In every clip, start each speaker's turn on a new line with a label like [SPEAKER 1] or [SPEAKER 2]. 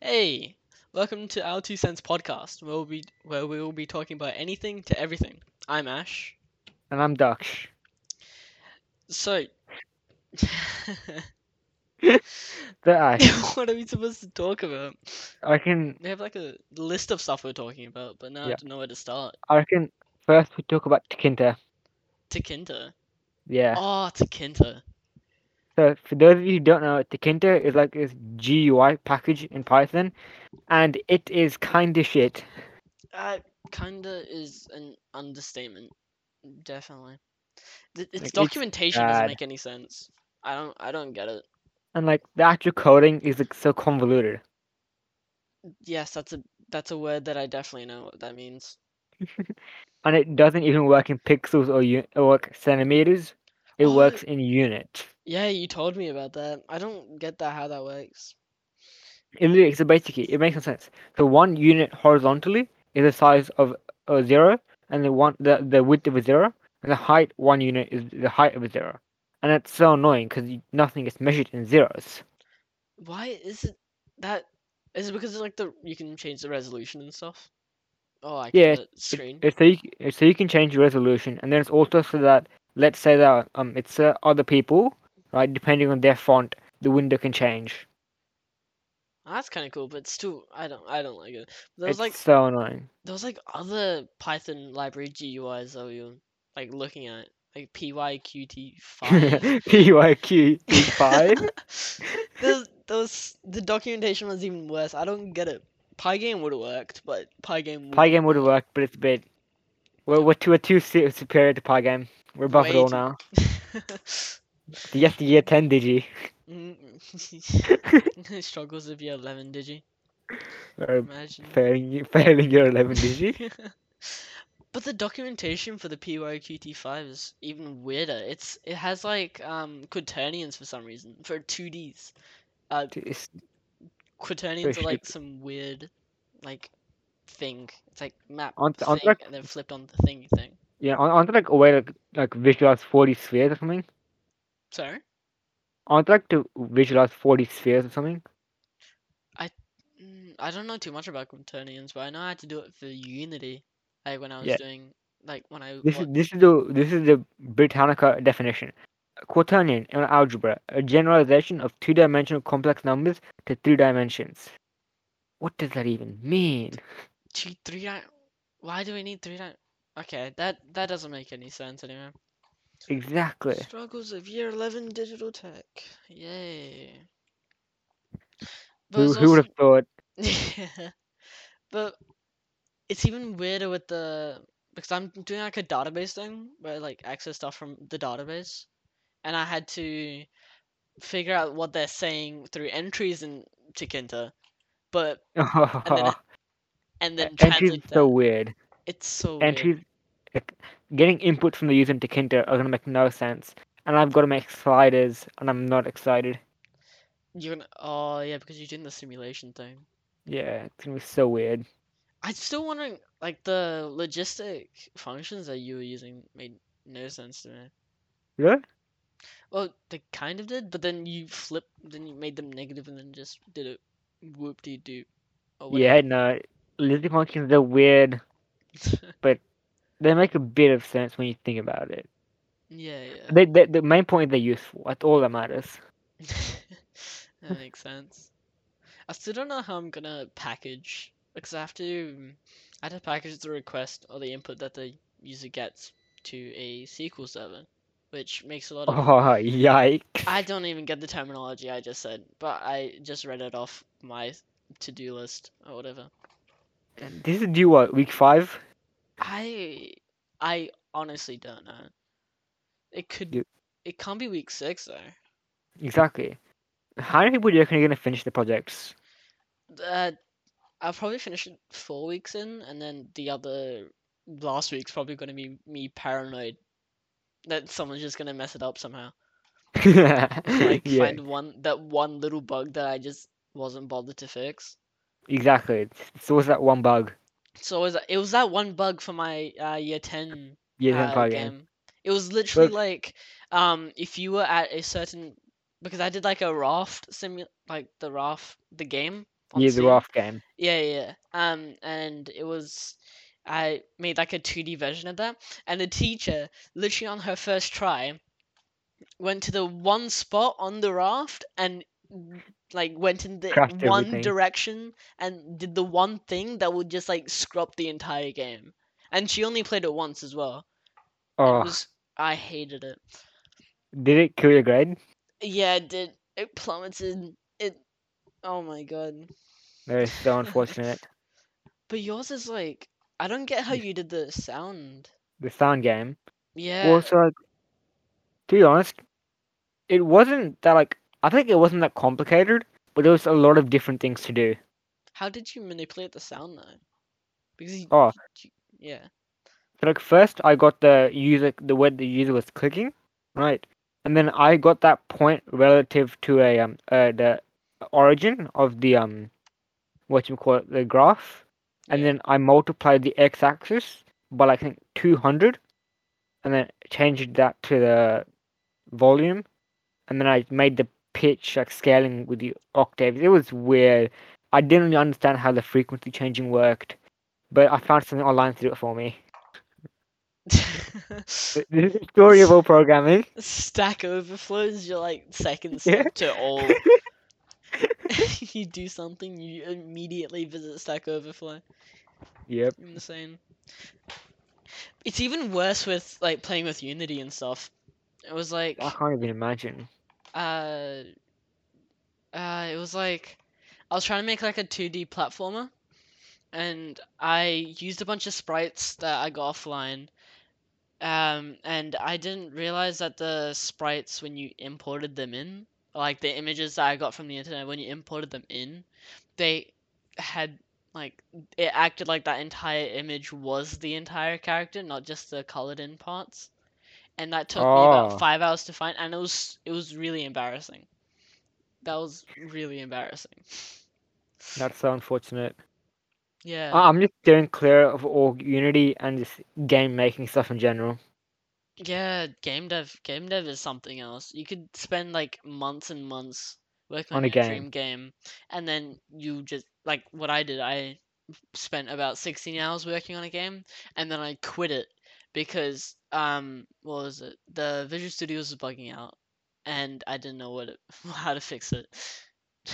[SPEAKER 1] Hey, welcome to our two cents podcast, where we'll be where we will be talking about anything to everything. I'm Ash.
[SPEAKER 2] And I'm Daksh.
[SPEAKER 1] So,
[SPEAKER 2] The Ash.
[SPEAKER 1] what are we supposed to talk about?
[SPEAKER 2] uh, I can,
[SPEAKER 1] We have like a list of stuff we're talking about, but now I
[SPEAKER 2] Yeah.
[SPEAKER 1] don't know where to start.
[SPEAKER 2] I can. First, we talk about Takinta.
[SPEAKER 1] Takinta.
[SPEAKER 2] Yeah.
[SPEAKER 1] Oh, Takinta.
[SPEAKER 2] So, for those of you who don't know, Takinta is like this GUI package in Python, and it is kind of shit.
[SPEAKER 1] Uh, kinda is an understatement. Definitely. Th- its
[SPEAKER 2] it's
[SPEAKER 1] documentation doesn't
[SPEAKER 2] bad.
[SPEAKER 1] make any sense. I don't. I don't get it.
[SPEAKER 2] And like the actual coding is like so convoluted.
[SPEAKER 1] Yes, that's a that's a word that I definitely know what that means.
[SPEAKER 2] And it doesn't even work in pixels or, u- or like centimeters. It
[SPEAKER 1] Oh.
[SPEAKER 2] works in units.
[SPEAKER 1] Yeah, you told me about that. I don't get that how that works.
[SPEAKER 2] It literally, so basically, it makes no sense. So one unit horizontally is the size of a zero, and the one the, the width of a zero, and the height one unit is the height of a zero. And it's so annoying because nothing gets measured in zeros.
[SPEAKER 1] Why is it that? Is it because it's like the you can change the resolution and stuff? Oh, I
[SPEAKER 2] Yeah,
[SPEAKER 1] get it.
[SPEAKER 2] It-
[SPEAKER 1] Screen.
[SPEAKER 2] it's so you c- it's so you can change the resolution, and then it's also so that let's say that um it's uh, other people right depending on their font, the window can change.
[SPEAKER 1] Oh, that's kind of cool, but it's too. I don't. I don't like it. There was
[SPEAKER 2] It's
[SPEAKER 1] like
[SPEAKER 2] so annoying.
[SPEAKER 1] there was like other Python library GUIs that we were like looking at, like PyQt five.
[SPEAKER 2] PYQ five.
[SPEAKER 1] There's there was the documentation was even worse. I don't get it. Pygame would have worked, but Pygame.
[SPEAKER 2] Pygame would have worked, but it's a bit. We're, we're, two, we're too su- superior to Pygame. We're above
[SPEAKER 1] Way
[SPEAKER 2] it all
[SPEAKER 1] too-
[SPEAKER 2] now.
[SPEAKER 1] worked.
[SPEAKER 2] You have to year 10, did you? Mm-hmm.
[SPEAKER 1] Mm, Struggles of year 11, did you?
[SPEAKER 2] Or
[SPEAKER 1] Imagine.
[SPEAKER 2] failing, y- failing year 11, did you?
[SPEAKER 1] but the documentation for the PYQT5 is even weirder. It's It has like um quaternions for some reason, for 2Ds.
[SPEAKER 2] It's-
[SPEAKER 1] Quaternions are
[SPEAKER 2] shit.
[SPEAKER 1] like some weird like thing. It's like map
[SPEAKER 2] Aren't-
[SPEAKER 1] thing
[SPEAKER 2] aren't there-
[SPEAKER 1] and then flipped on the thingy thing.
[SPEAKER 2] Yeah, aren't aren't there like a way to like, like visualize 40 spheres or something?
[SPEAKER 1] Sorry?
[SPEAKER 2] Aren't there like to visualize 40 spheres or something?
[SPEAKER 1] Mm, I don't know too much about quaternions, but I know I had to do it for Unity. Like when I was
[SPEAKER 2] Yeah.
[SPEAKER 1] doing like when I
[SPEAKER 2] This
[SPEAKER 1] wa-
[SPEAKER 2] is this is the this is the Britannica definition. Quaternion in algebra, a generalization of two-dimensional complex numbers to three dimensions. What does that even mean?
[SPEAKER 1] two three di- why do we need three di- okay that that doesn't make any sense anyway
[SPEAKER 2] Exactly.
[SPEAKER 1] struggles of year 11 digital tech yay but
[SPEAKER 2] Who
[SPEAKER 1] it's
[SPEAKER 2] who would have thought?
[SPEAKER 1] also- but it's even weirder with the because i'm doing like a database thing where I, like access stuff from the database and i had to figure out what they're saying through entries in Chikinta, but and then and then
[SPEAKER 2] entries
[SPEAKER 1] translate
[SPEAKER 2] are so
[SPEAKER 1] that.
[SPEAKER 2] weird.
[SPEAKER 1] it's so weird.
[SPEAKER 2] Entries, like, getting input from the user into Kinter are gonna make no sense, and I've got to make sliders, and I'm not excited.
[SPEAKER 1] You're gonna oh yeah because you're doing the simulation thing.
[SPEAKER 2] Yeah, it's gonna be so weird.
[SPEAKER 1] I'm still wondering like the logistic functions that you were using made no sense to me.
[SPEAKER 2] Really?
[SPEAKER 1] Well, they kind of did, but then you flip, then you made them negative, and then just did it whoop de doo or
[SPEAKER 2] Yeah,
[SPEAKER 1] whatever.
[SPEAKER 2] no. Lizzie functions are weird. They make a bit of sense when you think about it.
[SPEAKER 1] yeah, yeah.
[SPEAKER 2] They, they, the main point is they're useful. That's all that matters.
[SPEAKER 1] that makes sense. I still don't know how I'm gonna package because I have to, mm, I have to package the request or the input that the user gets to a SQL server, which makes a lot of
[SPEAKER 2] Oh, yikes.
[SPEAKER 1] I don't even get the terminology I just said, but I just read it off my to do list or whatever.
[SPEAKER 2] This is due what, week five?
[SPEAKER 1] I I honestly don't know. It could
[SPEAKER 2] You-
[SPEAKER 1] it can't be week six though.
[SPEAKER 2] Exactly. How many people do you reckon are gonna finish the projects?
[SPEAKER 1] Uh, I'll probably finish it four weeks in, and then the other last week's probably gonna be me paranoid that someone's just gonna mess it up somehow. Like
[SPEAKER 2] yeah,
[SPEAKER 1] find one that one little bug that I just wasn't bothered to fix.
[SPEAKER 2] exactly. It's- It's always that one bug.
[SPEAKER 1] So it was, it was that one bug for my uh, year ten
[SPEAKER 2] Yeah, then
[SPEAKER 1] uh,
[SPEAKER 2] plug in.
[SPEAKER 1] game. It was literally
[SPEAKER 2] But-
[SPEAKER 1] like um if you were at a certain because I did like a raft simu like the raft the game
[SPEAKER 2] Yeah, the
[SPEAKER 1] Fonzie.
[SPEAKER 2] rough game.
[SPEAKER 1] Yeah, yeah. yeah. Um, and it was, I made like a 2D version of that, and the teacher, literally on her first try, went to the one spot on the raft and like went in the
[SPEAKER 2] Cracked
[SPEAKER 1] one
[SPEAKER 2] everything.
[SPEAKER 1] direction and did the one thing that would just like scrub the entire game. And she only played it once as well. It
[SPEAKER 2] Oh,
[SPEAKER 1] was I hated it.
[SPEAKER 2] did it kill your grade?
[SPEAKER 1] Yeah, it did. It plummeted. It. Oh my god.
[SPEAKER 2] That is so unfortunate.
[SPEAKER 1] But yours is like I don't get how you did the sound.
[SPEAKER 2] the sound game.
[SPEAKER 1] Yeah.
[SPEAKER 2] Also, like, to be honest, it wasn't that like I think it wasn't that complicated, but there was a lot of different things to do.
[SPEAKER 1] How did you manipulate the sound though? Because you,
[SPEAKER 2] Oh.
[SPEAKER 1] you- yeah,
[SPEAKER 2] So like first I got the user the word the user was clicking, right? And then I got that point relative to a um uh, the origin of the um what you call it the graph, and
[SPEAKER 1] Yeah.
[SPEAKER 2] then I multiplied the x-axis by like, I think two hundred, and then changed that to the volume, and then I made the pitch like scaling with the octaves. It was weird. I didn't really understand how the frequency changing worked, but I found something online to do it for me. Th- This is the story of all programming.
[SPEAKER 1] Stack Overflows your like second
[SPEAKER 2] Yeah.
[SPEAKER 1] step to all. you do something, you immediately visit Stack Overflow.
[SPEAKER 2] Yep.
[SPEAKER 1] Insane. It's even worse with like playing with Unity and stuff. It was like
[SPEAKER 2] I can't even imagine.
[SPEAKER 1] uh, uh, it was like I was trying to make like a 2D platformer, and I used a bunch of sprites that I got offline. Um, and I didn't realize that the sprites when you imported them in, like the images that I got from the internet when you imported them in, they had like it acted like that entire image was the entire character, not just the colored in parts. And that took me
[SPEAKER 2] Oh.
[SPEAKER 1] about five hours to find, and it was it was really embarrassing. That was really embarrassing.
[SPEAKER 2] That's so unfortunate.
[SPEAKER 1] Yeah.
[SPEAKER 2] I- I'm just steering clear of all Unity and just game making stuff in general.
[SPEAKER 1] Yeah, game dev, game dev is something else. You could spend like months and months working on
[SPEAKER 2] On a
[SPEAKER 1] your dream game, and then you just like what I did. I spent about 16 hours working on a game, and then I quit it because um, what was it? The Visual Studios was bugging out, and I didn't know what it, how to fix it.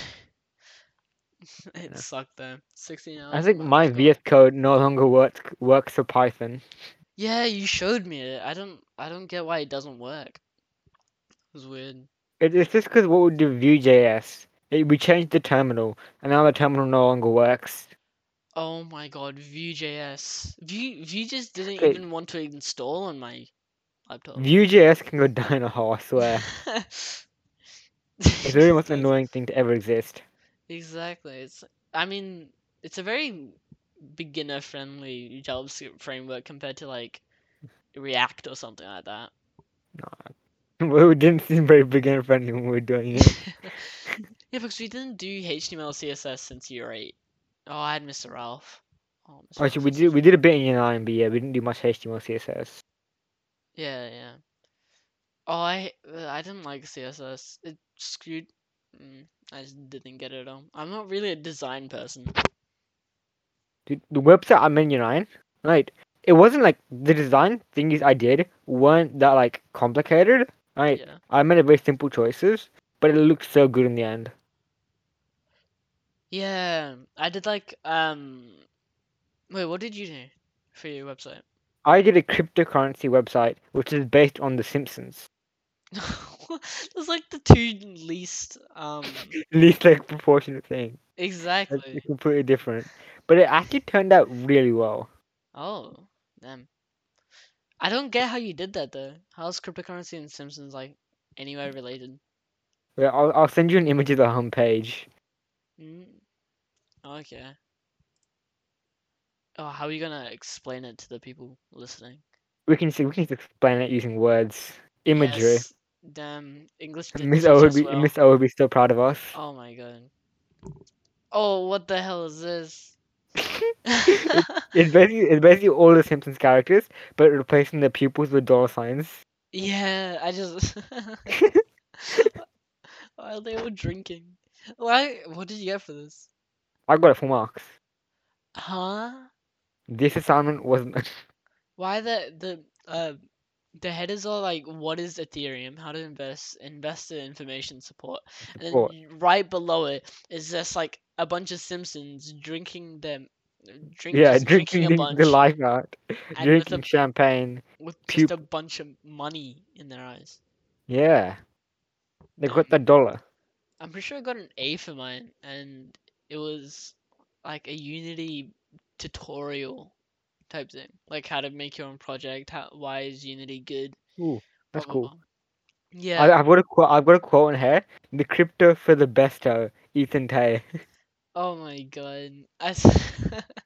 [SPEAKER 1] It
[SPEAKER 2] Yeah.
[SPEAKER 1] sucked though. 16 hours.
[SPEAKER 2] I
[SPEAKER 1] of
[SPEAKER 2] think my
[SPEAKER 1] work.
[SPEAKER 2] VS Code no longer works works for Python.
[SPEAKER 1] Yeah, you showed me it. I don't I don't get why it doesn't work. It was weird.
[SPEAKER 2] It- It's just because what we do Vue.js, it, we changed the terminal, and now the terminal no longer works.
[SPEAKER 1] Oh my god, Vue.js. Vue Vue just didn't
[SPEAKER 2] Okay.
[SPEAKER 1] even want to install on my laptop.
[SPEAKER 2] Vue.js can go down a hole, I swear. It's really the most annoying thing to ever exist.
[SPEAKER 1] Exactly. It's I mean, it's a very beginner friendly JavaScript framework compared to like React or something like that.
[SPEAKER 2] We didn't seem very beginner friendly when we were doing it.
[SPEAKER 1] Yeah, because we didn't do HTML CSS since year eight. Oh, I had Mr. Ralph. Oh, Mr. Ralph
[SPEAKER 2] Actually, we
[SPEAKER 1] was
[SPEAKER 2] did we did a bit in year nine, but yeah, we didn't do much HTML, CSS.
[SPEAKER 1] Yeah, yeah. Oh, I uh, I didn't like CSS. It screwed. Mm, I just didn't get it at all. I'm not really a design person.
[SPEAKER 2] Dude, the website I'm in, you know, right? It wasn't like the design things I did weren't that like complicated, right?
[SPEAKER 1] Yeah.
[SPEAKER 2] I made a very simple choices, but it looked so good in the end.
[SPEAKER 1] Yeah, I did like um. Wait, what did you do for your website?
[SPEAKER 2] I did a cryptocurrency website which is based on The Simpsons.
[SPEAKER 1] It's like the two least um.
[SPEAKER 2] Least like proportionate thing. It's
[SPEAKER 1] Exactly.
[SPEAKER 2] completely different, but it actually turned out really well.
[SPEAKER 1] Oh, damn. I don't get how you did that though. How's cryptocurrency and Simpsons like anywhere
[SPEAKER 2] Mm.
[SPEAKER 1] related?
[SPEAKER 2] Yeah, I'll I'll send you an image of the homepage.
[SPEAKER 1] Mm. Okay. Oh, how are you gonna explain it to the people listening?
[SPEAKER 2] We can see we can just explain it using words, imagery.
[SPEAKER 1] Yes. Damn, English did
[SPEAKER 2] Miss
[SPEAKER 1] teach
[SPEAKER 2] O would
[SPEAKER 1] us
[SPEAKER 2] be
[SPEAKER 1] well.
[SPEAKER 2] Miss O would be so proud of us.
[SPEAKER 1] Oh my god. Oh, what the hell is this?
[SPEAKER 2] It's basically it's basically all the Simpsons characters, but replacing the pupils with dollar signs.
[SPEAKER 1] yeah, I just. Why are they all drinking? Why? What did you get for this?
[SPEAKER 2] I got it full marks.
[SPEAKER 1] Huh?
[SPEAKER 2] This assignment was
[SPEAKER 1] Why the the uh the headers are like what is Ethereum? How to invest investor information support. And then
[SPEAKER 2] Support.
[SPEAKER 1] right below it is just like a bunch of Simpsons drinking them drink,
[SPEAKER 2] yeah
[SPEAKER 1] just
[SPEAKER 2] drinking
[SPEAKER 1] a
[SPEAKER 2] the,
[SPEAKER 1] bunch
[SPEAKER 2] the life out,
[SPEAKER 1] and
[SPEAKER 2] drinking
[SPEAKER 1] with,
[SPEAKER 2] champagne.
[SPEAKER 1] a, with
[SPEAKER 2] puke.
[SPEAKER 1] just a bunch of money in their eyes.
[SPEAKER 2] Yeah, they got
[SPEAKER 1] Um,
[SPEAKER 2] that dollar.
[SPEAKER 1] I'm pretty sure I got an A for mine, and it was like a Unity tutorial type thing, like how to make your own project. How why is Unity good?
[SPEAKER 2] Ooh,
[SPEAKER 1] blah,
[SPEAKER 2] that's
[SPEAKER 1] blah,
[SPEAKER 2] cool.
[SPEAKER 1] blah. Oh, Yeah,
[SPEAKER 2] I, I've got a quote. I've got a quote in here. The crypto for the besto, Ethan Tay.
[SPEAKER 1] Oh my god. I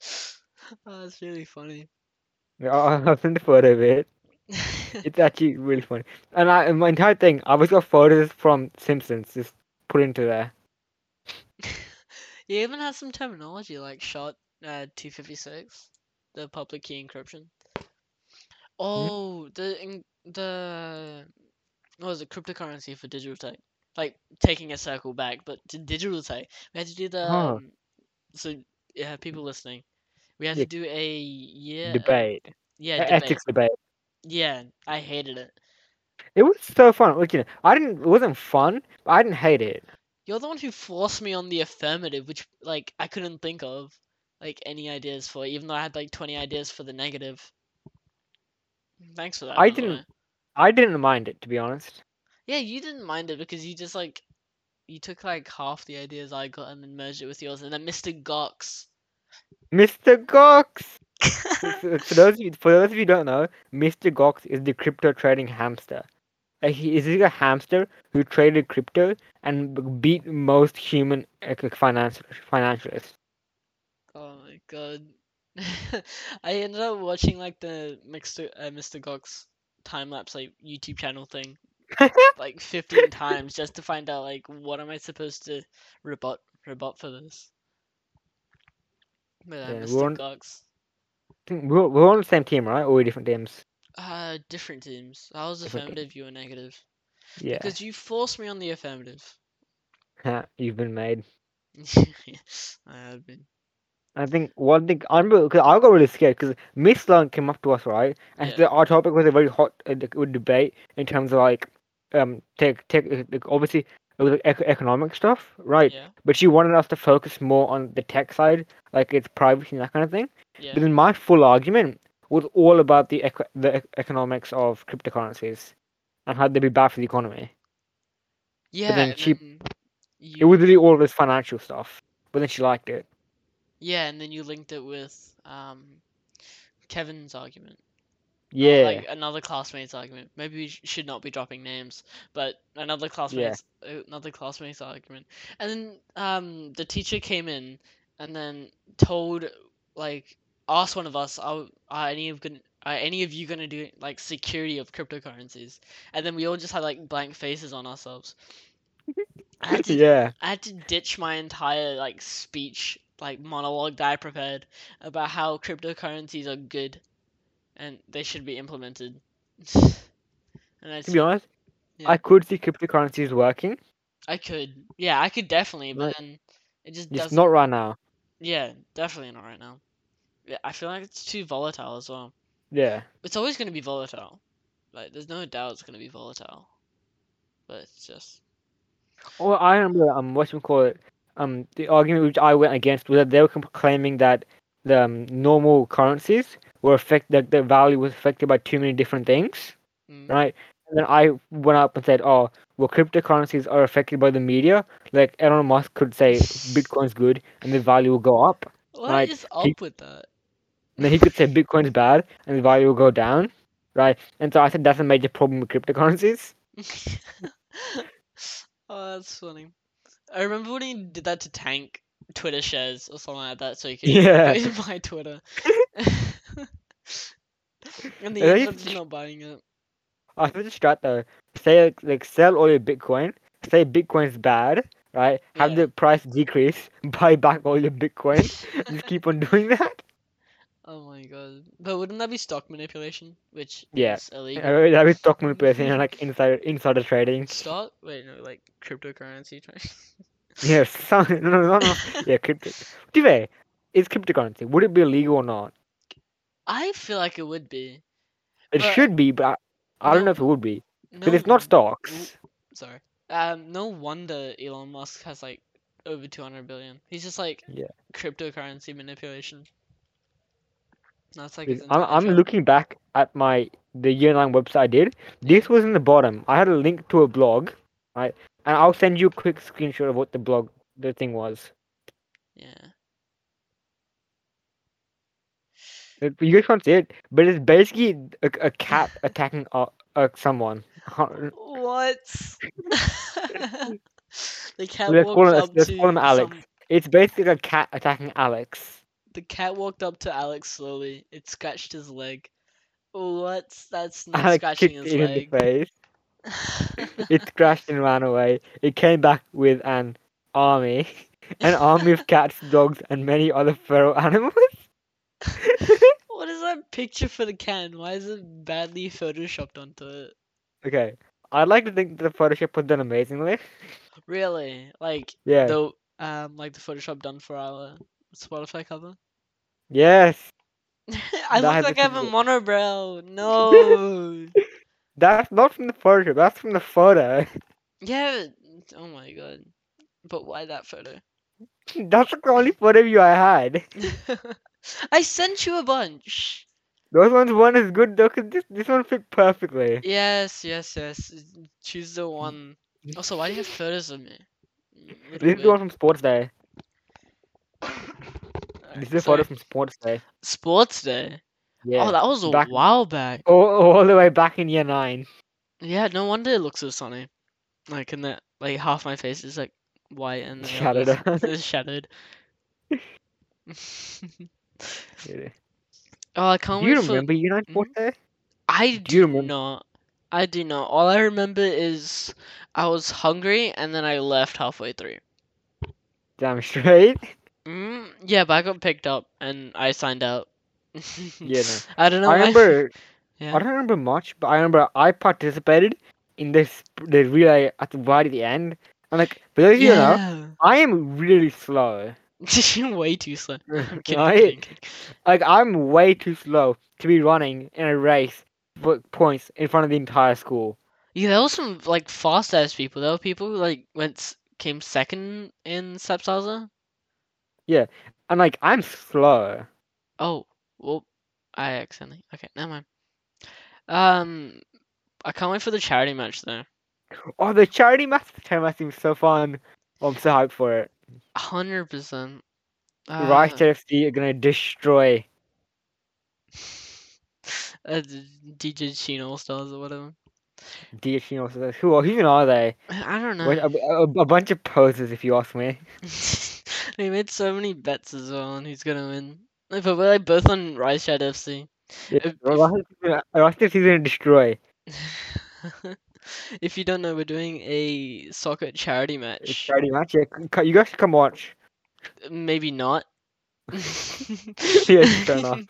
[SPEAKER 1] s- Oh, that's really funny.
[SPEAKER 2] I'll I'll send a photo of it. It's actually really funny. And I, and my entire thing, I've just got photos from Simpsons just put into there.
[SPEAKER 1] You even has some terminology like shot uh 256, the public key encryption.
[SPEAKER 2] Hmm?
[SPEAKER 1] Oh, the in, the what was it? Cryptocurrency for digital tech. Like taking a circle back, but to digital tech, we had to do the
[SPEAKER 2] Oh.
[SPEAKER 1] um, so yeah, people listening. We had
[SPEAKER 2] Yeah.
[SPEAKER 1] to do a yeah, uh,
[SPEAKER 2] Debate,
[SPEAKER 1] yeah,
[SPEAKER 2] E-
[SPEAKER 1] debate.
[SPEAKER 2] ethics debate.
[SPEAKER 1] Yeah, I hated it.
[SPEAKER 2] It was so fun. Like, you know, I didn't. It wasn't fun. But I didn't hate it.
[SPEAKER 1] You're the one who forced me on the affirmative, which like I couldn't think of like any ideas for, even though I had like 20 ideas for the negative. Thanks for that.
[SPEAKER 2] I
[SPEAKER 1] by the
[SPEAKER 2] didn't-
[SPEAKER 1] way.
[SPEAKER 2] I didn't mind it to be honest.
[SPEAKER 1] Yeah, you didn't mind it because you just like you took like half the ideas I got and then merged it with yours, and then Mr. Gox.
[SPEAKER 2] Mr. Gox. For- for for those of you, for those of you who don't know, Mr. Gox is the crypto trading hamster. Like, he is a hamster who traded crypto and b- beat most human ec- finance financialists.
[SPEAKER 1] Oh my god. I ended up watching like the Mr. Uh, Mr. Gox time lapse like YouTube channel thing like 15 times just to find out like what am I supposed to rebut rebut for this. But uh,
[SPEAKER 2] Yeah, we
[SPEAKER 1] Mr.
[SPEAKER 2] won't-
[SPEAKER 1] Gox.
[SPEAKER 2] Think We're, we're on the same team, right? Or we're different teams?
[SPEAKER 1] Uh, different teams. I was
[SPEAKER 2] Different teams.
[SPEAKER 1] affirmative, you were negative.
[SPEAKER 2] Yeah,
[SPEAKER 1] Because you forced me on the affirmative.
[SPEAKER 2] Ha, you've been made.
[SPEAKER 1] I have been.
[SPEAKER 2] I think one thing I remember because I got really scared because Miss Sloan came up to us, right? And
[SPEAKER 1] Yeah.
[SPEAKER 2] the, our topic was a very hot uh, d- uh, debate in terms of like, um, tech, tech, uh, like obviously it was like, ec- economic stuff, right?
[SPEAKER 1] Yeah.
[SPEAKER 2] But she wanted us to focus more on the tech side, like its privacy and that kind of thing.
[SPEAKER 1] Yeah.
[SPEAKER 2] But then my full argument was all about the eco- the ec- economics of cryptocurrencies and how they'd be bad for the economy.
[SPEAKER 1] Yeah.
[SPEAKER 2] then
[SPEAKER 1] and
[SPEAKER 2] she-
[SPEAKER 1] then
[SPEAKER 2] It was
[SPEAKER 1] you-
[SPEAKER 2] really all this financial stuff, but then she liked it.
[SPEAKER 1] Yeah, and then you linked it with um Kevin's argument. or,
[SPEAKER 2] Yeah.
[SPEAKER 1] Like another classmate's argument. Maybe we sh- should not be dropping names, but another classmate's uh, another classmate's argument. And then um the teacher came in and then told like asked one of us are, are any of gonna are any of you gonna do like security of cryptocurrencies? And then we all just had like blank faces on ourselves. I had to
[SPEAKER 2] yeah.
[SPEAKER 1] I had to ditch my entire like speech, like monologue that I prepared about how cryptocurrencies are good and they should be implemented. and I
[SPEAKER 2] To be
[SPEAKER 1] said,
[SPEAKER 2] honest,
[SPEAKER 1] Yeah.
[SPEAKER 2] I could see cryptocurrencies working.
[SPEAKER 1] I could, yeah, I could definitely, but
[SPEAKER 2] Right.
[SPEAKER 1] then it just
[SPEAKER 2] Just
[SPEAKER 1] doesn't.
[SPEAKER 2] not right now.
[SPEAKER 1] Yeah, definitely not right now. Yeah, I feel like it's too volatile as well.
[SPEAKER 2] Yeah.
[SPEAKER 1] It's always going to be volatile. Like, there's no doubt it's going to be volatile. But it's just
[SPEAKER 2] Or I remember um what you call it um the argument which I went against was that they were comp- claiming that the um, normal currencies were affected that their value was affected by too many different things,
[SPEAKER 1] mm,
[SPEAKER 2] right? And then I went up and said, "Oh, well, cryptocurrencies are affected by the media. Like Elon Musk could say Bitcoin's good and the value will go up,
[SPEAKER 1] what
[SPEAKER 2] right?
[SPEAKER 1] is
[SPEAKER 2] He-
[SPEAKER 1] up with that?
[SPEAKER 2] and then he could say Bitcoin's bad and the value will go down, right? And so I said that's a major problem with cryptocurrencies.
[SPEAKER 1] oh, that's funny. I remember when he did that to tank Twitter shares or something like that, so he could
[SPEAKER 2] Yeah.
[SPEAKER 1] buy my Twitter. and he
[SPEAKER 2] Yeah,
[SPEAKER 1] ended
[SPEAKER 2] you-
[SPEAKER 1] up just not buying it.
[SPEAKER 2] I think the strat though, say like, like sell all your Bitcoin, say Bitcoin's bad, right? Have
[SPEAKER 1] Yeah.
[SPEAKER 2] the price decrease, buy back all your Bitcoin, just keep on doing that.
[SPEAKER 1] oh my god! But wouldn't that be stock manipulation, which
[SPEAKER 2] Yeah.
[SPEAKER 1] is illegal?
[SPEAKER 2] Uh, That was stock manipulation and like insider insider trading.
[SPEAKER 1] Stock? Wait, no, like cryptocurrency. tra-
[SPEAKER 2] Yeah, some, no, no, no, no. Yeah, cryptic. To be fair, it's cryptocurrency. Would it be illegal or not?
[SPEAKER 1] I feel like it would be.
[SPEAKER 2] It
[SPEAKER 1] But-
[SPEAKER 2] should be, but I, I don't
[SPEAKER 1] No.
[SPEAKER 2] know if it would be.
[SPEAKER 1] No,
[SPEAKER 2] Because it's
[SPEAKER 1] w-
[SPEAKER 2] not stocks.
[SPEAKER 1] sorry. Um, no wonder Elon Musk has like over 200 billion. He's just like
[SPEAKER 2] Yeah.
[SPEAKER 1] cryptocurrency manipulation. That's like
[SPEAKER 2] Because
[SPEAKER 1] his
[SPEAKER 2] I'm,
[SPEAKER 1] entire
[SPEAKER 2] I'm
[SPEAKER 1] job.
[SPEAKER 2] looking back at my the year nine website I did. This was in the bottom. I had a link to a blog, right? And I'll send you a quick screenshot of what the blog the thing was.
[SPEAKER 1] Yeah.
[SPEAKER 2] It- You guys can't see it, but it's basically a, a cat attacking uh, uh, someone.
[SPEAKER 1] What? the cat
[SPEAKER 2] Let's call
[SPEAKER 1] walked
[SPEAKER 2] him-
[SPEAKER 1] up
[SPEAKER 2] let's
[SPEAKER 1] to
[SPEAKER 2] call him Alex.
[SPEAKER 1] some-
[SPEAKER 2] It's basically a cat attacking Alex.
[SPEAKER 1] the cat walked up to Alex slowly. It scratched his leg. What? That's not
[SPEAKER 2] Alex
[SPEAKER 1] scratching
[SPEAKER 2] kicked
[SPEAKER 1] his
[SPEAKER 2] it in the
[SPEAKER 1] leg.
[SPEAKER 2] face. It crashed and ran away. It came back with an army, an army of cats, dogs, and many other feral animals.
[SPEAKER 1] what is that picture for the can? Why is it badly photoshopped onto it?
[SPEAKER 2] Okay, I'd like to think that the Photoshop was done amazingly.
[SPEAKER 1] Really? Like
[SPEAKER 2] Yeah.
[SPEAKER 1] the um like the Photoshop done for our Spotify cover?
[SPEAKER 2] Yes.
[SPEAKER 1] I
[SPEAKER 2] That
[SPEAKER 1] look
[SPEAKER 2] had
[SPEAKER 1] like I have a
[SPEAKER 2] definitely-
[SPEAKER 1] monobrow. No.
[SPEAKER 2] That's not from the Photoshop. That's from the photo.
[SPEAKER 1] yeah. but- Oh my god. But why that photo?
[SPEAKER 2] That's the only photo of you I had.
[SPEAKER 1] I sent you a bunch.
[SPEAKER 2] Those ones weren't as good though, 'cause this this one fit perfectly.
[SPEAKER 1] Yes, yes, yes. Choose the one. Also, why do you have photos of me? Mm, little
[SPEAKER 2] Mm. This is the
[SPEAKER 1] weird.
[SPEAKER 2] one from Sports Day.
[SPEAKER 1] Alright,
[SPEAKER 2] This is a
[SPEAKER 1] sorry.
[SPEAKER 2] photo from Sports Day.
[SPEAKER 1] Sports Day.
[SPEAKER 2] Yeah.
[SPEAKER 1] Oh, that was a
[SPEAKER 2] back-
[SPEAKER 1] while back.
[SPEAKER 2] all, all the way back in year nine.
[SPEAKER 1] Yeah, no wonder it looks so sunny. Like in that, like half my face is like white and then the
[SPEAKER 2] Shadowed
[SPEAKER 1] other
[SPEAKER 2] out.
[SPEAKER 1] is shadowed.
[SPEAKER 2] Yeah.
[SPEAKER 1] oh, I can't
[SPEAKER 2] Do you
[SPEAKER 1] wait for.
[SPEAKER 2] remember year nine Sports Day?
[SPEAKER 1] I
[SPEAKER 2] do you
[SPEAKER 1] do
[SPEAKER 2] remember-
[SPEAKER 1] not. I do not. All I remember is I was hungry and then I left halfway through.
[SPEAKER 2] Damn straight.
[SPEAKER 1] Mm, yeah, but I got picked up and I signed out.
[SPEAKER 2] Yeah, no.
[SPEAKER 1] I don't know.
[SPEAKER 2] I
[SPEAKER 1] why-
[SPEAKER 2] remember.
[SPEAKER 1] Yeah.
[SPEAKER 2] I don't remember much, but I remember I participated in this the relay at the right at the end. And like, for those of you who know, I am really slow.
[SPEAKER 1] Yeah. Way too slow. I'm kidding,
[SPEAKER 2] Right?
[SPEAKER 1] kidding, kidding.
[SPEAKER 2] Like I'm way too slow to be running in a race for points in front of the entire school.
[SPEAKER 1] Yeah, there was some like fast ass people. There were people who like went s- came second in Sapsalza.
[SPEAKER 2] And like I'm slow.
[SPEAKER 1] Oh, well, I accidentally. Okay, never mind. Um, I can't wait for the charity match though.
[SPEAKER 2] Oh, the charity math charity math seems so fun. Oh, I'm so hyped for it.
[SPEAKER 1] Hundred percent. Ah.
[SPEAKER 2] Rice TFC are gonna destroy.
[SPEAKER 1] Uh, d- DJ Sheen All Stars or whatever.
[SPEAKER 2] DHC also says, who are who even are they?
[SPEAKER 1] I don't know.
[SPEAKER 2] Well, A, a- a bunch of posers, if you ask me.
[SPEAKER 1] we made so many bets as well on who's gonna win. Like, But we're like both on Rise Shad FC.
[SPEAKER 2] Yeah,
[SPEAKER 1] If-
[SPEAKER 2] Rasta is gonna destroy.
[SPEAKER 1] if- if you don't know, we're doing a soccer charity
[SPEAKER 2] It's
[SPEAKER 1] match.
[SPEAKER 2] charity match. Yeah, c- c- you guys should come watch.
[SPEAKER 1] Maybe not.
[SPEAKER 2] Yeah, fair enough.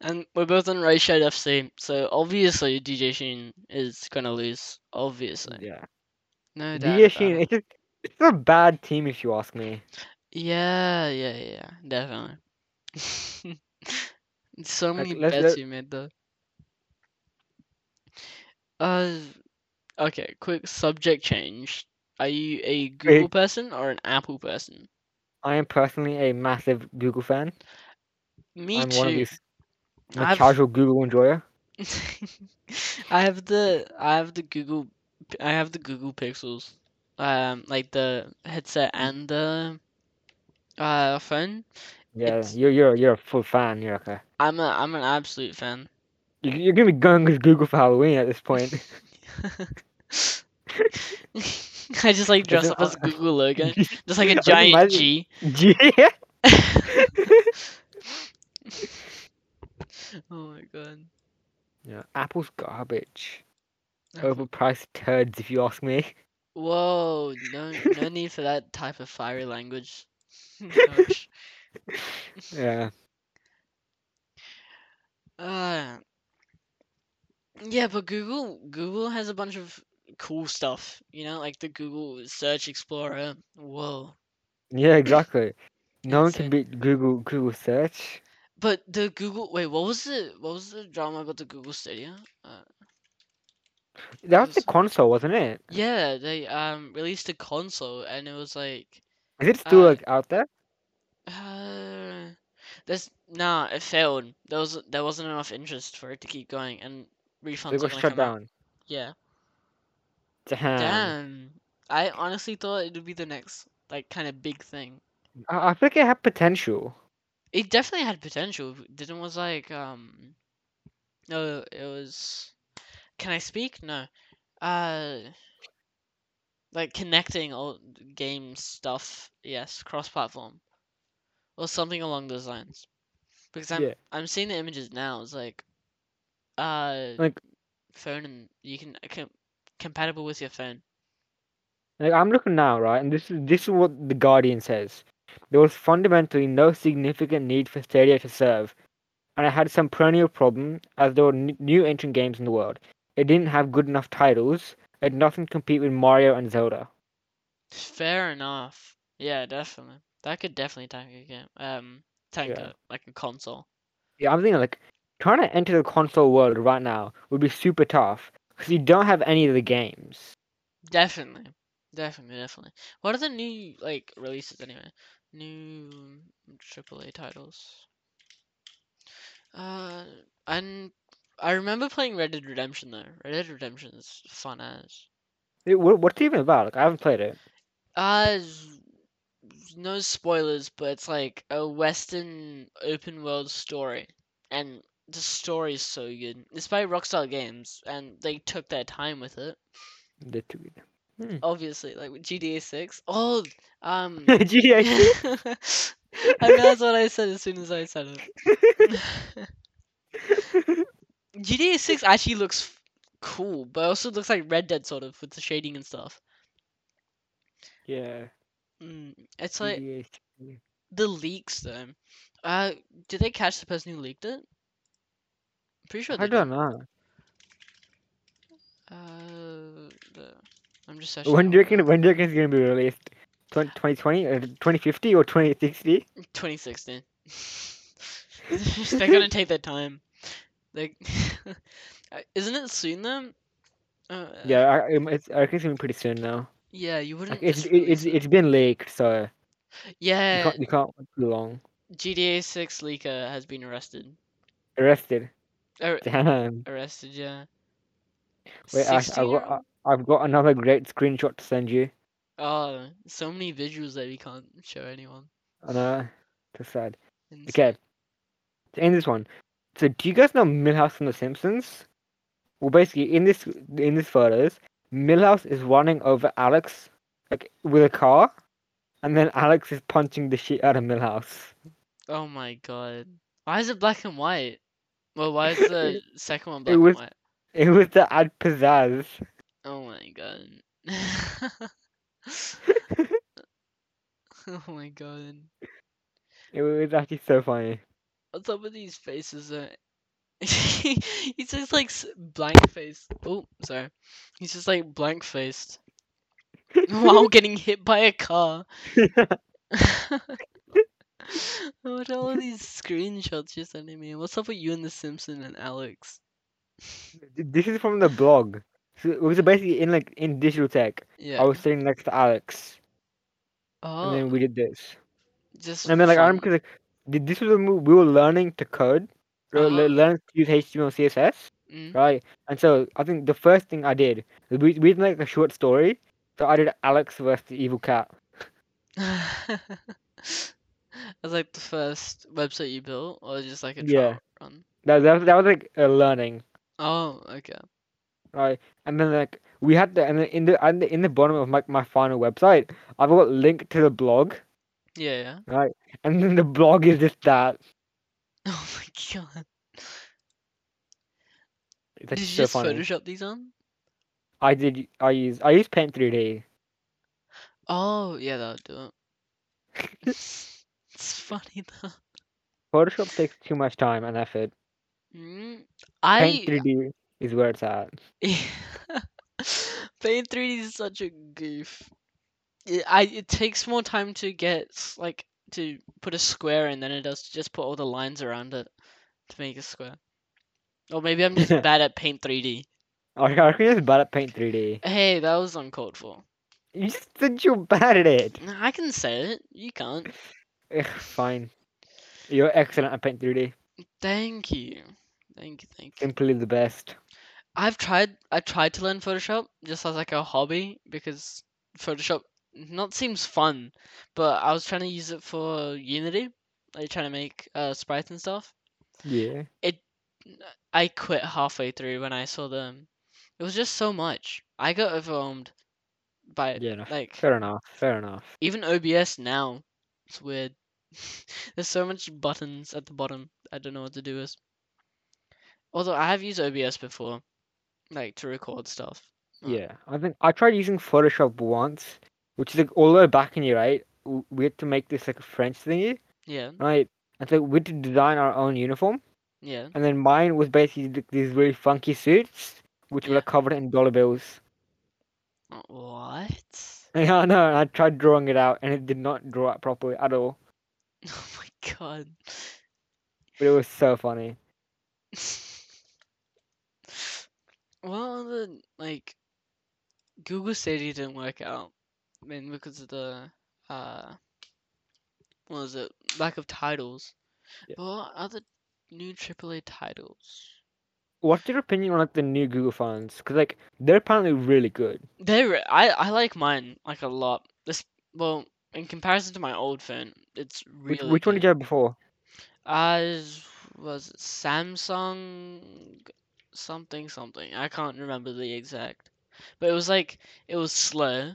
[SPEAKER 1] and we're both on Rise Shad FC, so obviously DJ Sheen is gonna lose. Obviously.
[SPEAKER 2] Yeah,
[SPEAKER 1] No doubt.
[SPEAKER 2] DHC.
[SPEAKER 1] about it.
[SPEAKER 2] It's just, it's a bad team, if you ask me.
[SPEAKER 1] Yeah, yeah, yeah, definitely. So
[SPEAKER 2] Like,
[SPEAKER 1] many
[SPEAKER 2] let's-
[SPEAKER 1] bets
[SPEAKER 2] let-
[SPEAKER 1] you made though. Uh, okay, quick subject change. Are you a Google person or an Apple person?
[SPEAKER 2] I am personally a massive Google fan.
[SPEAKER 1] Me
[SPEAKER 2] I'm one of
[SPEAKER 1] too.
[SPEAKER 2] these I'm a
[SPEAKER 1] I've-
[SPEAKER 2] casual Google enjoyer.
[SPEAKER 1] I have the I have the Google P- I have the Google Pixels. Um, like the headset and the uh phone.
[SPEAKER 2] Yeah,
[SPEAKER 1] It's-
[SPEAKER 2] you're you're you're a full fan. You're okay.
[SPEAKER 1] I'm a I'm an absolute fan.
[SPEAKER 2] You, you're gonna be going with Google for Halloween at this point.
[SPEAKER 1] I just like dress
[SPEAKER 2] Doesn't-
[SPEAKER 1] up as
[SPEAKER 2] uh,
[SPEAKER 1] Google logo, just like a
[SPEAKER 2] I was
[SPEAKER 1] giant
[SPEAKER 2] imagining-
[SPEAKER 1] G.
[SPEAKER 2] yeah.
[SPEAKER 1] Oh my god.
[SPEAKER 2] yeah, Apple's garbage. Oh,
[SPEAKER 1] Apple-
[SPEAKER 2] Overpriced turds, if you ask me.
[SPEAKER 1] Whoa, no no need for that type of fiery language. Ouch.
[SPEAKER 2] Yeah.
[SPEAKER 1] Uh, yeah, but Google Google has a bunch of cool stuff, you know, like the Google Search Explorer. Whoa.
[SPEAKER 2] Yeah, exactly. No one can
[SPEAKER 1] Insane.
[SPEAKER 2] beat Google Google search.
[SPEAKER 1] But the Google wait, what was the what was the drama about the Google Stadia? Uh,
[SPEAKER 2] That was the
[SPEAKER 1] Just-
[SPEAKER 2] console, wasn't it?
[SPEAKER 1] yeah, they um released a console and it was like
[SPEAKER 2] Is it still
[SPEAKER 1] Uh,
[SPEAKER 2] like out there?
[SPEAKER 1] uh there's nah, it failed. There was there wasn't enough interest for it to keep going and
[SPEAKER 2] They
[SPEAKER 1] refunds are
[SPEAKER 2] got
[SPEAKER 1] gonna
[SPEAKER 2] shut
[SPEAKER 1] come out.
[SPEAKER 2] down.
[SPEAKER 1] Yeah.
[SPEAKER 2] Damn.
[SPEAKER 1] Damn. I honestly thought it would be the next like kind of big thing.
[SPEAKER 2] I, I think it had potential.
[SPEAKER 1] It definitely had potential. Didn't was like um no, it was can I speak? No. Uh like connecting all game stuff, yes, cross platform. Or something along those lines. Because I'm
[SPEAKER 2] Yeah.
[SPEAKER 1] I'm seeing the images now, it's like uh
[SPEAKER 2] Like-
[SPEAKER 1] phone and you can uh, com- compatible with your phone.
[SPEAKER 2] Like I'm looking now, right, and this is this is what the Guardian says. There was fundamentally no significant need for Stadia to serve, and it had some perennial problem as there were n- new entrant games in the world. It didn't have good enough titles. It had nothing to compete with Mario and Zelda.
[SPEAKER 1] Fair enough. Yeah, definitely. That could definitely tank a game. Um tank
[SPEAKER 2] Yeah.
[SPEAKER 1] a, like a console.
[SPEAKER 2] Yeah, I'm thinking like trying to enter the console world right now would be super tough because you don't have any of the games.
[SPEAKER 1] Definitely. Definitely, definitely. What are the new like releases anyway? New AAA titles. Uh, and I remember playing Red Dead Redemption though. Red Dead Redemption is fun as.
[SPEAKER 2] It, what, what's it even about? Like I haven't played it.
[SPEAKER 1] Uh, s- no spoilers, but it's like a Western open world story, and the story is so good. It's by Rockstar Games, and they took their time with it.
[SPEAKER 2] The two.
[SPEAKER 1] Obviously, like with GTA Six. Oh, um.
[SPEAKER 2] GTA.
[SPEAKER 1] I know that's what I said as soon as I said it. GTA 6 actually looks f- cool, but also looks like Red Dead sort of with the shading and stuff.
[SPEAKER 2] Yeah.
[SPEAKER 1] Mm, it's like
[SPEAKER 2] GTA. Mm-hmm.
[SPEAKER 1] the leaks though. Uh, did they catch the person who leaked it? Pretty sure they
[SPEAKER 2] I don't know.
[SPEAKER 1] did. Uh, the- I'm just searching.
[SPEAKER 2] When
[SPEAKER 1] it
[SPEAKER 2] do you
[SPEAKER 1] up now.
[SPEAKER 2] reckon? When do you reckon it's gonna be released? 20- 2020, uh, 2050, or 2060?
[SPEAKER 1] 2016. They're gonna take their time. Like, uh, isn't it soon though? Uh,
[SPEAKER 2] Yeah, I, I- um, it's, I reckon it's gonna be pretty soon now.
[SPEAKER 1] Yeah, you
[SPEAKER 2] Like
[SPEAKER 1] wouldn't
[SPEAKER 2] it's
[SPEAKER 1] just
[SPEAKER 2] it, it's
[SPEAKER 1] release it.
[SPEAKER 2] it's been leaked, so you
[SPEAKER 1] Yeah,
[SPEAKER 2] can't you can't wait too long.
[SPEAKER 1] GTA 6 leaker has been arrested.
[SPEAKER 2] Arrested.
[SPEAKER 1] Ar-
[SPEAKER 2] Damn.
[SPEAKER 1] arrested, yeah.
[SPEAKER 2] Wait, I, I
[SPEAKER 1] 16 year
[SPEAKER 2] got
[SPEAKER 1] old?
[SPEAKER 2] I, I've got another great screenshot to send you.
[SPEAKER 1] Oh, so many visuals that we can't show anyone.
[SPEAKER 2] I know. That's sad. Okay.
[SPEAKER 1] Insane.
[SPEAKER 2] To end this one. So do you guys know Millhouse from The Simpsons? Well, basically, in this in this photos, Millhouse is running over Alex like with a car, and then Alex is punching the shit out of Millhouse.
[SPEAKER 1] Oh my god. Why is it black and white? Well, why is the second one black
[SPEAKER 2] was-
[SPEAKER 1] and white?
[SPEAKER 2] It was the ad pizzazz.
[SPEAKER 1] Oh my god. oh my god.
[SPEAKER 2] It was actually so funny.
[SPEAKER 1] What's up with these faces? Uh, he's just like s- blank faced. Oh, sorry. He's just like blank faced while getting hit by a car. what are all these screenshots you're sending me? What's up with you and the Simpson and Alex?
[SPEAKER 2] This is from the blog. So it was basically in like in digital tech.
[SPEAKER 1] Yeah.
[SPEAKER 2] I was sitting next to Alex,
[SPEAKER 1] oh,
[SPEAKER 2] and then we did this.
[SPEAKER 1] just.
[SPEAKER 2] And then like I
[SPEAKER 1] fun.
[SPEAKER 2] remember because like, this was when we we were learning to code, we were
[SPEAKER 1] Uh-huh.
[SPEAKER 2] le- learning to use HTML, CSS,
[SPEAKER 1] Mm.
[SPEAKER 2] right? And so I think the first thing I did was we we did like a short story. So I did Alex versus the evil cat.
[SPEAKER 1] That's like the first website you built, or just like a trial
[SPEAKER 2] Yeah.
[SPEAKER 1] run.
[SPEAKER 2] That that was, that was like a learning.
[SPEAKER 1] Oh, okay.
[SPEAKER 2] Right, and then like we had the and then in the and the, in the bottom of like my final website, I've got link to the blog,
[SPEAKER 1] Yeah, yeah.
[SPEAKER 2] right? And then the blog is just that.
[SPEAKER 1] Oh my god.
[SPEAKER 2] It's
[SPEAKER 1] Did
[SPEAKER 2] actually
[SPEAKER 1] you
[SPEAKER 2] so
[SPEAKER 1] just
[SPEAKER 2] funny.
[SPEAKER 1] Photoshop these on?
[SPEAKER 2] I did. I use. I use Paint 3D.
[SPEAKER 1] Oh, yeah, that'll do it. it's funny though.
[SPEAKER 2] Photoshop takes too much time and effort.
[SPEAKER 1] Mm,
[SPEAKER 2] Paint
[SPEAKER 1] I
[SPEAKER 2] 3D is where it's at.
[SPEAKER 1] Paint 3D is such a goof. It, I it takes more time to get s- like to put a square in than it does to just put all the lines around it to make a square. Or maybe I'm just bad at Paint 3D.
[SPEAKER 2] I reckon- I reckon Oh you're just bad at Paint 3D.
[SPEAKER 1] Hey, that was uncalled for.
[SPEAKER 2] You just said you're bad at it.
[SPEAKER 1] Nah, I can say it. You can't.
[SPEAKER 2] Ugh, fine. You're excellent at Paint 3D.
[SPEAKER 1] Thank you. Thank you. Thank you.
[SPEAKER 2] Simply the best.
[SPEAKER 1] I've tried. I tried to learn Photoshop just as like a hobby because Photoshop not seems fun, but I was trying to use it for Unity, like trying to make uh, sprites and stuff.
[SPEAKER 2] Yeah.
[SPEAKER 1] I quit halfway through when I saw them. It was just so much. I got overwhelmed by it.
[SPEAKER 2] Yeah. No.
[SPEAKER 1] Like
[SPEAKER 2] Fair enough. Fair enough.
[SPEAKER 1] even OBS now, it's weird. There's so much buttons at the bottom. I don't know what to do with. Although I have used OBS before, like to record stuff. Oh.
[SPEAKER 2] Yeah. I think I tried using Photoshop once, which is like all the way back in here, right? w- We had to make this like a French thingy,
[SPEAKER 1] Yeah,
[SPEAKER 2] right? And so we had to design our own uniform,
[SPEAKER 1] yeah.
[SPEAKER 2] and then mine was basically th- these really funky suits, which were
[SPEAKER 1] Yeah.
[SPEAKER 2] like, covered in dollar bills.
[SPEAKER 1] Uh, What?
[SPEAKER 2] Yeah, I know. And I tried drawing it out, and it did not draw out properly at all.
[SPEAKER 1] Oh my god.
[SPEAKER 2] But it was so funny.
[SPEAKER 1] What other like Google Stadia didn't work out. I mean because of the uh what was it? Lack of titles.
[SPEAKER 2] Yeah.
[SPEAKER 1] But what other new AAA titles?
[SPEAKER 2] What's your opinion on like the new Google phones? Because like they're apparently really good.
[SPEAKER 1] They re- I I like mine like a lot. This well in comparison to my old phone, it's
[SPEAKER 2] Which,
[SPEAKER 1] really
[SPEAKER 2] which one did you have before?
[SPEAKER 1] As was it Samsung something something. I can't remember the exact. But it was like it was slow.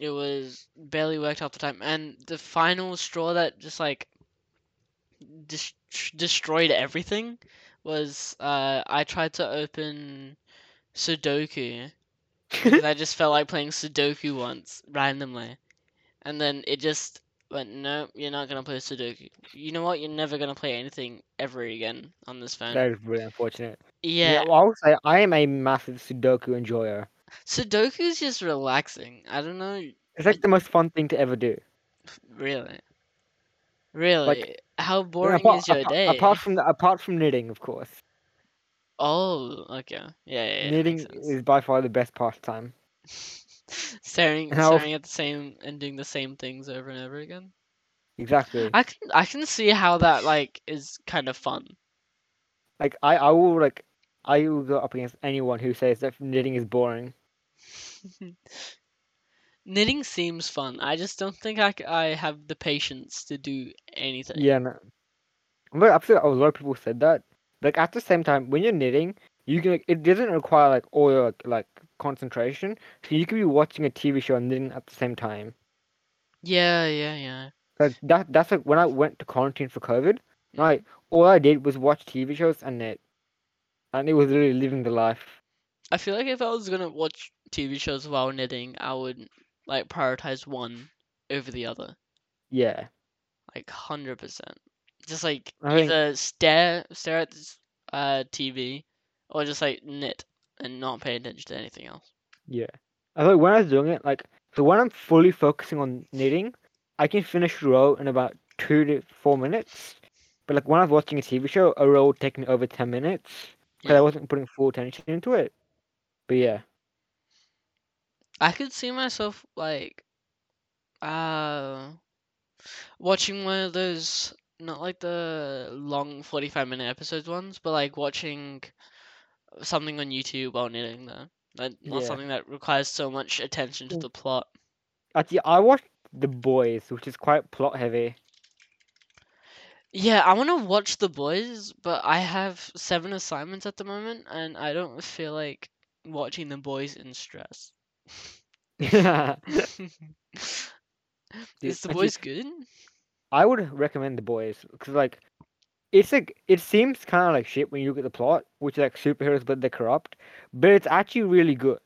[SPEAKER 1] It was barely worked half the time and the final straw that just like dis- destroyed everything was uh I tried to open Sudoku because I just felt like playing Sudoku once randomly, and then it just went, no, you're not gonna play Sudoku. You know what? You're never gonna play anything ever again on this phone.
[SPEAKER 2] That is really unfortunate.
[SPEAKER 1] yeah,
[SPEAKER 2] well, I would say I am a massive Sudoku enjoyer.
[SPEAKER 1] Sudoku's just relaxing. I don't know,
[SPEAKER 2] It's like the most fun thing to ever do.
[SPEAKER 1] really, really. How
[SPEAKER 2] I mean,
[SPEAKER 1] boring
[SPEAKER 2] apart,
[SPEAKER 1] is your
[SPEAKER 2] apart-
[SPEAKER 1] day?
[SPEAKER 2] apart from the, apart from knitting, of course.
[SPEAKER 1] oh, okay, yeah, yeah, yeah
[SPEAKER 2] knitting
[SPEAKER 1] makes sense.
[SPEAKER 2] is by far the best pastime.
[SPEAKER 1] staring,
[SPEAKER 2] And I'll-
[SPEAKER 1] staring at the same and doing the same things over and over again.
[SPEAKER 2] Exactly.
[SPEAKER 1] I can, I can see how that like is kind of fun.
[SPEAKER 2] like I, I will like I will go up against anyone who says that knitting is boring.
[SPEAKER 1] Knitting seems fun. I just don't think I, c- I have the patience to do anything.
[SPEAKER 2] Yeah, no. But absolutely, a lot of people said that. Like at the same time, when you're knitting, you can like, it doesn't require like all your like, like concentration, so you can be watching a TV show and knitting at the same time.
[SPEAKER 1] Yeah, yeah, yeah.
[SPEAKER 2] Like that that's like when I went to quarantine for COVID,
[SPEAKER 1] Mhm.
[SPEAKER 2] right? All I did was watch TV shows and knit, and it was really living the life.
[SPEAKER 1] I feel like if I was gonna watch TV shows while knitting, I would like prioritize one over the other,
[SPEAKER 2] Yeah,
[SPEAKER 1] like hundred percent. Just like
[SPEAKER 2] I think-
[SPEAKER 1] either stare stare at this uh TV, or just like knit and not pay attention to anything else.
[SPEAKER 2] yeah. I thought when I was doing it, like so when I'm fully focusing on knitting, I can finish a row in about two to four minutes. But like when I was watching a TV show, a row would take me over ten minutes because
[SPEAKER 1] Yeah.
[SPEAKER 2] I wasn't putting full attention into it. But yeah,
[SPEAKER 1] I could see myself like uh watching one of those not like the long 45 minute episodes ones but like watching something on youtube while knitting though like not
[SPEAKER 2] Yeah.
[SPEAKER 1] something that requires so much attention to
[SPEAKER 2] Mm.
[SPEAKER 1] the plot
[SPEAKER 2] actually, I watched The Boys, which is quite plot heavy.
[SPEAKER 1] yeah i want to watch the boys but i have seven assignments at the moment and i don't feel like watching the boys in stress is the
[SPEAKER 2] actually,
[SPEAKER 1] boys good
[SPEAKER 2] I would recommend The Boys because like it's like it seems kind of like shit when you look at the plot, which is like superheroes but they're corrupt, but it's actually really good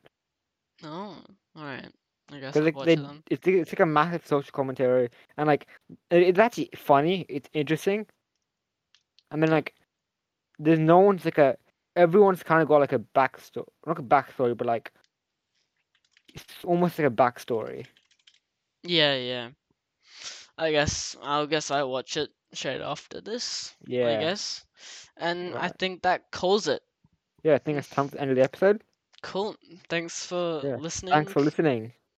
[SPEAKER 1] no all right i guess
[SPEAKER 2] because
[SPEAKER 1] i'll
[SPEAKER 2] like
[SPEAKER 1] watch
[SPEAKER 2] they,
[SPEAKER 1] it then
[SPEAKER 2] it's like- it's like a massive social commentary and like it, it's actually e, funny, it's interesting, and then like there's no one's like a everyone's kind of got like a backstory, not a backstory, but like it's almost like a backstory.
[SPEAKER 1] Yeah, yeah. I guess I guess I watch it straight after this.
[SPEAKER 2] Yeah.
[SPEAKER 1] I guess, and I
[SPEAKER 2] Right.
[SPEAKER 1] think that calls it.
[SPEAKER 2] Yeah, I think it's time to end the episode.
[SPEAKER 1] Cool. Thanks for
[SPEAKER 2] Yeah.
[SPEAKER 1] listening.
[SPEAKER 2] Thanks for listening.